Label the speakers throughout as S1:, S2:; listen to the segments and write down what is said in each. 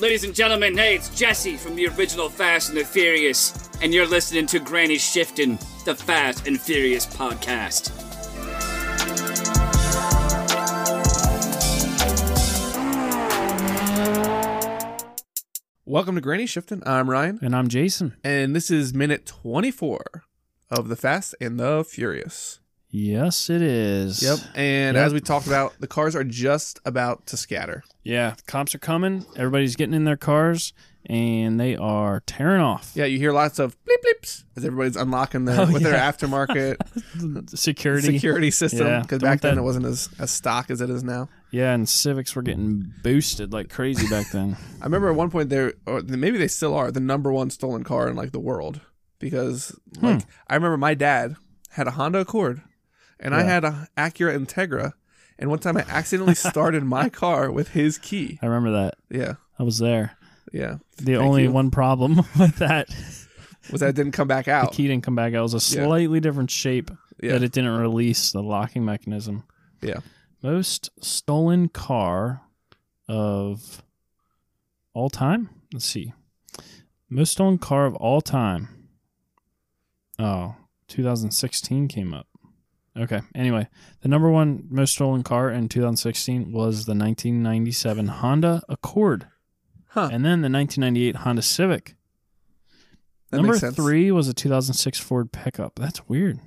S1: Ladies and gentlemen, hey, it's Jesse from the original Fast and the Furious, and you're listening to Granny Shifting, the Fast and Furious podcast.
S2: Welcome to Granny Shifting. I'm Ryan,
S3: And I'm Jason.
S2: and this is minute 24 of The Fast and the Furious.
S3: Yes, it is.
S2: And
S3: Yep.
S2: as we talked about, the cars are just about to scatter.
S3: Yeah, cops are coming. Everybody's getting in their cars and they are tearing off.
S2: Yeah, you hear lots of bleep bleeps as everybody's unlocking their with their
S3: Oh, yeah.
S2: aftermarket
S3: Security.
S2: security system
S3: Yeah,
S2: because
S3: don't
S2: back then
S3: that-
S2: it wasn't as, as stock as it is now.
S3: Yeah, and civics were getting boosted like crazy back then.
S2: I remember at one point they or maybe they still are the number one stolen car in like the world because
S3: Hmm.
S2: like I remember my dad had a Honda Accord and I
S3: Yeah.
S2: had a Acura Integra and one time I accidentally started my car with his key.
S3: I remember that.
S2: Yeah,
S3: I was there.
S2: yeah.
S3: The
S2: Thank
S3: only
S2: you.
S3: one problem with that,
S2: was that it didn't come back
S3: the
S2: out.
S3: key didn't come back. It was a
S2: Yeah.
S3: slightly different shape
S2: Yeah.
S3: that it didn't release the locking mechanism.
S2: Yeah.
S3: Most stolen car of all time? Let's see. Most stolen car of all time. Oh, 2016 came up. Okay. Anyway, the number one most stolen car in 2016 was the 1997 Honda Accord.
S2: Huh.
S3: And then the 1998 Honda Civic.
S2: That
S3: number
S2: makes sense.
S3: three was a 2006 Ford pickup. That's weird.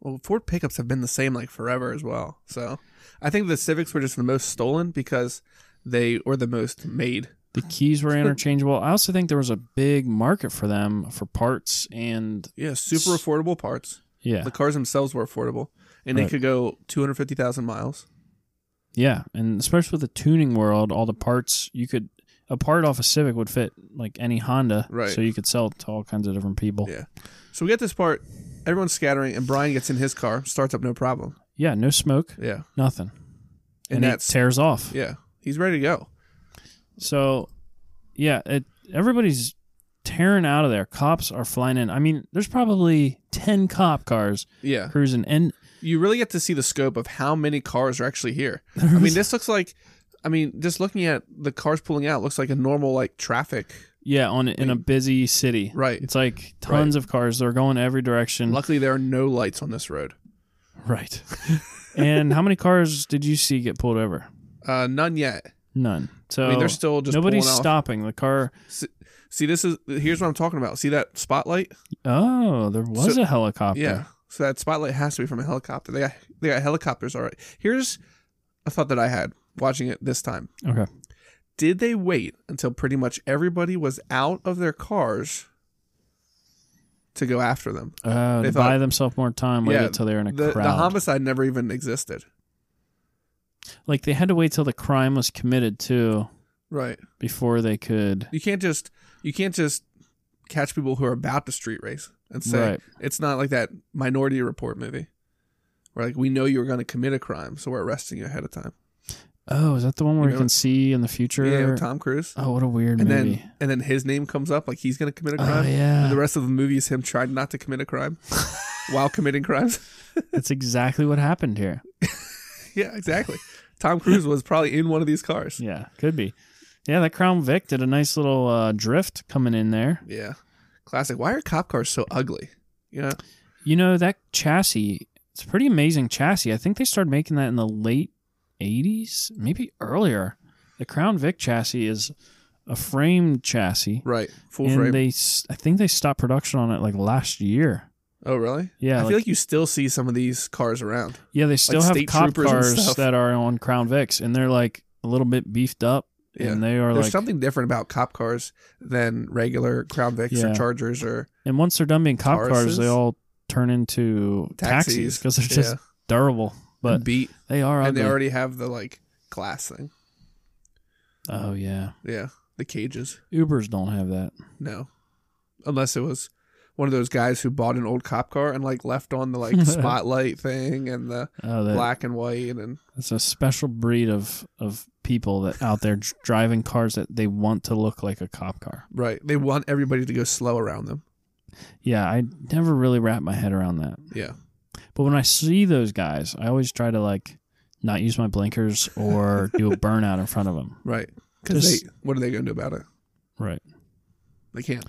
S2: Well, Ford pickups have been the same like forever as well. So I think the Civics were just the most stolen because they were the most made.
S3: The keys were interchangeable. I also think there was a big market for them for parts and
S2: Yeah, super affordable parts.
S3: yeah,
S2: The cars themselves were affordable, and they
S3: Right.
S2: could go 250,000 miles.
S3: yeah, and especially with the tuning world, all the parts you could a part off a Civic would fit like any Honda,
S2: Right.
S3: So you could sell it to all kinds of different people.
S2: Yeah. So we get this part. Everyone's scattering, and Brian gets in his car, starts up no problem.
S3: Yeah, no smoke,
S2: Yeah.
S3: nothing,
S2: And
S3: and, it
S2: that's-
S3: tears off.
S2: Yeah. He's ready to go.
S3: So, yeah, it, everybody's tearing out of there. Cops are flying in. I mean, there's probably ten cop cars
S2: Yeah.
S3: cruising, and
S2: You really get to see the scope of how many cars are actually here. I mean, this looks like, I mean, just looking at the cars pulling out looks like a normal, like, traffic.
S3: yeah, on in a busy city,
S2: Right.
S3: It's like tons of cars. They're going every direction.
S2: Luckily, there are no lights on this road.
S3: Right. and how many cars did you see get pulled over?
S2: Uh, none yet.
S3: None. So
S2: I mean, they're still just
S3: nobody's
S2: pulling off.
S3: stopping the car.
S2: See, this is here's what I'm talking about. See that spotlight?
S3: Oh, there was a helicopter.
S2: Yeah. So that spotlight has to be from a helicopter. They got, they got helicopters. All right. Here's a thought that I had watching it this time.
S3: Okay.
S2: Did they wait until pretty much everybody was out of their cars to go after them?
S3: Uh,
S2: They
S3: to
S2: thought-
S3: buy themselves more time. Wait
S2: Yeah,
S3: until they're in a
S2: The, the
S3: crowd.
S2: homicide never even existed.
S3: like they had to wait till the crime was committed too
S2: Right.
S3: before they could.
S2: You can't just you can't just catch people who are about to street race and say
S3: Right.
S2: it's not like that Minority Report movie where like we know you were going to commit a crime, so we're arresting you ahead of time.
S3: Oh, is that the one where
S2: You
S3: you,
S2: know-
S3: can see in the future?
S2: Yeah, with Tom Cruise.
S3: Oh, what a weird
S2: and
S3: movie.
S2: then and then his name comes up like he's going to commit a
S3: Oh,
S2: crime.
S3: yeah.
S2: And the rest of the movie is him trying not to commit a crime while committing crimes.
S3: That's exactly what happened here.
S2: yeah, exactly. Tom Cruise was probably in one of these cars.
S3: Yeah, could be. Yeah, that Crown Vic did a nice little uh, drift coming in there.
S2: Yeah. Classic. Why are cop cars so ugly? Yeah.
S3: You know that chassis. It's a pretty amazing chassis. I think they started making that in the late '80s, maybe earlier. The Crown Vic chassis is a framed chassis,
S2: Right. Full
S3: and
S2: frame.
S3: they s- I think they stopped production on it like last year.
S2: oh, really?
S3: Yeah,
S2: I
S3: like-
S2: feel like you still see some of these cars around.
S3: Yeah, they still have
S2: state
S3: cop
S2: troopers and
S3: cars
S2: stuff.
S3: that are on Crown Vics, and they're like a little bit beefed up,
S2: Yeah.
S3: and they are
S2: There's
S3: like.
S2: something different about cop cars than regular Crown Vics or
S3: Yeah.
S2: Chargers or
S3: and once they're done being cop cars, they
S2: Tauruses?
S3: all turn into
S2: Taxis.
S3: taxis because they're just
S2: Yeah.
S3: durable, but
S2: beat.
S3: they are
S2: And
S3: ugly.
S2: they already have the like glass thing.
S3: oh yeah,
S2: Yeah. The cages.
S3: Ubers don't have that.
S2: No. Unless it was one of those guys who bought an old cop car and like left on the like spotlight thing and the
S3: Oh, that,
S2: black and white and
S3: It's a special breed of of people that out there dr- driving cars that they want to look like a cop car.
S2: right. They want everybody to go slow around them.
S3: Yeah, I never really wrap my head around that.
S2: Yeah.
S3: But when I see those guys, I always try to like not use my blinkers or do a burnout in front of them.
S2: Right. Because
S3: This-
S2: they, what are they going to do about it?
S3: Right.
S2: They can't.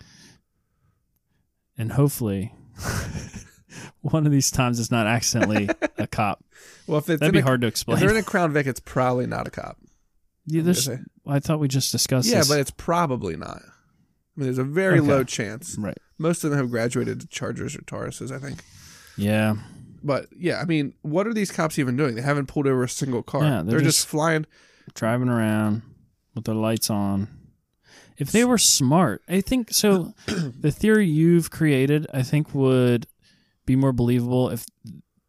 S3: And hopefully, one of these times it's not accidentally a cop.
S2: Well, if it's
S3: That'd
S2: in
S3: be
S2: a-
S3: hard to
S2: If they're in
S3: explain.
S2: a Crown Vic, it's probably not a cop.
S3: Yeah, there's,
S2: Okay.
S3: I thought we just discussed
S2: yeah,
S3: this.
S2: but it's probably not. I mean, there's a very
S3: Okay.
S2: low chance.
S3: right.
S2: Most of them have graduated to Chargers or Tauruses, I think.
S3: Yeah.
S2: But yeah, I mean, what are these cops even doing? They haven't pulled over a single car.
S3: Yeah,
S2: they're
S3: they're
S2: just,
S3: just-
S2: flying.
S3: driving around with their lights on. If they were smart, I think so. the theory you've created, I think, would be more believable if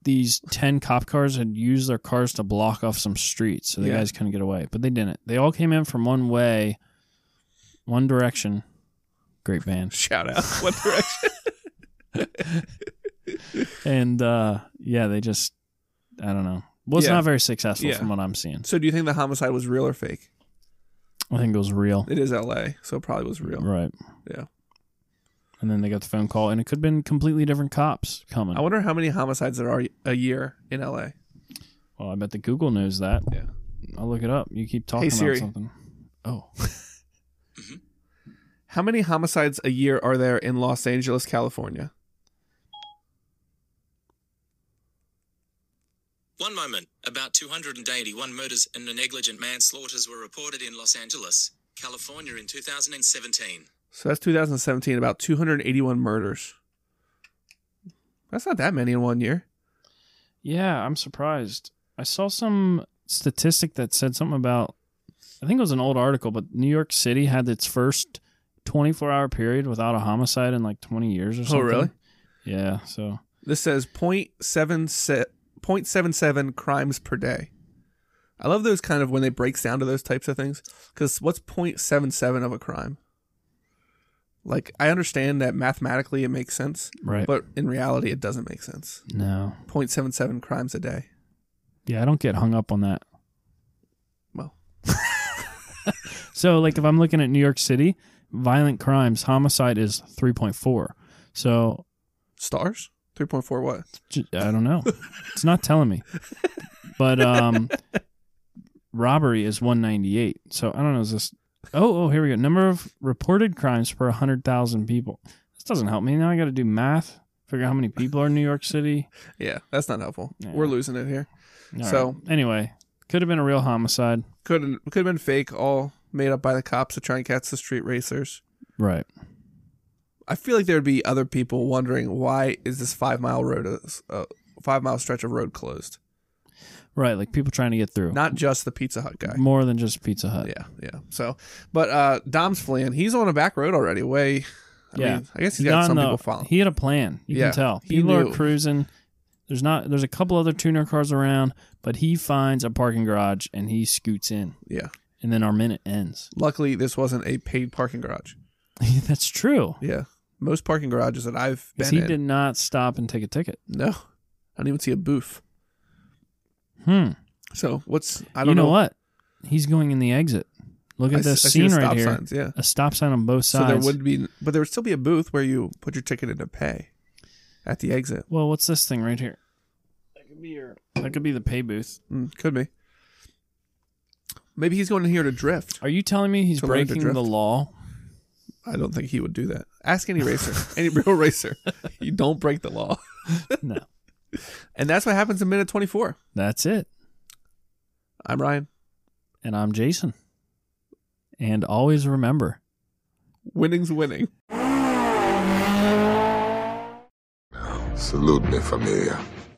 S3: these 10 cop cars had used their cars to block off some streets so the
S2: Yeah.
S3: guys couldn't get away. But they didn't. They all came in from one way, one direction. Great band.
S2: Shout out. What direction?
S3: And uh, yeah, they just, I don't know. Well, it's
S2: Yeah.
S3: not very successful
S2: Yeah.
S3: from what I'm seeing.
S2: so, do you think the homicide was real or fake?
S3: I think it was real.
S2: It is L.A., so it probably was real.
S3: Right.
S2: Yeah.
S3: And then they got the phone call, and it could have been completely different cops coming.
S2: I wonder how many homicides there are a year in L.A.
S3: well, I bet the Google knows that.
S2: Yeah.
S3: I'll look it up. You keep talking about
S2: Siri.
S3: something. Oh,
S2: How many homicides a year are there in Los Angeles, California?
S4: One moment, about 281 murders and negligent manslaughters were reported in Los Angeles, California in 2017.
S2: So that's 2017, about 281 murders. That's not that many in one year.
S3: yeah. I'm surprised. I saw some statistic that said something about. I think it was an old article, but New York City had its first 24 hour period without a homicide in like 20 years or something.
S2: Oh, really?
S3: Yeah. So
S2: This says 0.77, 0.77 crimes per day. I love those kind of when they breaks down to those types of things because what's 0.77 of a crime? Like I understand that mathematically it makes sense,
S3: right.
S2: but in reality it doesn't make sense.
S3: no.
S2: 0.77 crimes a day.
S3: Yeah, I don't get hung up on that.
S2: Well.
S3: so, like, if I'm looking at New York City, violent crimes, homicide is 3.4. So,
S2: Stars? 3.4 what?
S3: j- I don't know. it's not telling me. But um, robbery is 198. So, I don't know. Is this. Oh, oh, here we go. Number of reported crimes per 100,000 people. This doesn't help me. Now I got to do math, figure out how many people are in New York City.
S2: Yeah, that's not helpful.
S3: Yeah.
S2: We're losing it here.
S3: All right.
S2: So-
S3: anyway, could have been a real homicide.
S2: Could could have been fake, all made up by the cops to try and catch the street racers.
S3: Right.
S2: I feel like there would be other people wondering why is this five mile road a uh, five mile stretch of road closed?
S3: Right. Like people trying to get through.
S2: Not just the Pizza Hut guy.
S3: More than just Pizza Hut.
S2: Yeah, yeah. So, but uh Dom's fleeing. He's on a back road already. Way, I
S3: Yeah.
S2: mean, I guess he's
S3: Not
S2: got
S3: in
S2: some
S3: the-
S2: people following.
S3: He had a plan. You
S2: Yeah,
S3: can tell.
S2: he
S3: People are
S2: knew.
S3: cruising. There's not. There's a couple other tuner cars around, but he finds a parking garage and he scoots in,
S2: yeah.
S3: and then our minute ends.
S2: Luckily, this wasn't a paid parking garage.
S3: That's true.
S2: Yeah, most parking garages that I've
S3: 'Cause
S2: been
S3: he
S2: in,
S3: did not stop and take a ticket.
S2: no, I don't even see a booth.
S3: Hmm.
S2: So what's I don't
S3: You know, what? He's going in the exit. Look
S2: I
S3: at
S2: s-
S3: this
S2: I see the
S3: scene right
S2: stop
S3: here.
S2: signs, yeah.
S3: A stop sign on both
S2: So there
S3: sides.
S2: would be, but there would still be a booth where you put your ticket in to pay at the exit.
S3: well, what's this thing right here? That could be your. That could be the pay booth.
S2: Mm, could be. Maybe he's going in here to drift.
S3: Are you telling me he's
S2: To learn to
S3: breaking
S2: drift.
S3: the law?
S2: I don't think he would do that. Ask any racer, any real racer. You don't break the law,
S3: No.
S2: and that's what happens in minute twenty-four.
S3: That's it.
S2: I'm Ryan.
S3: And I'm Jason. And always remember.
S2: Winning's winning.
S5: Salute me, familia.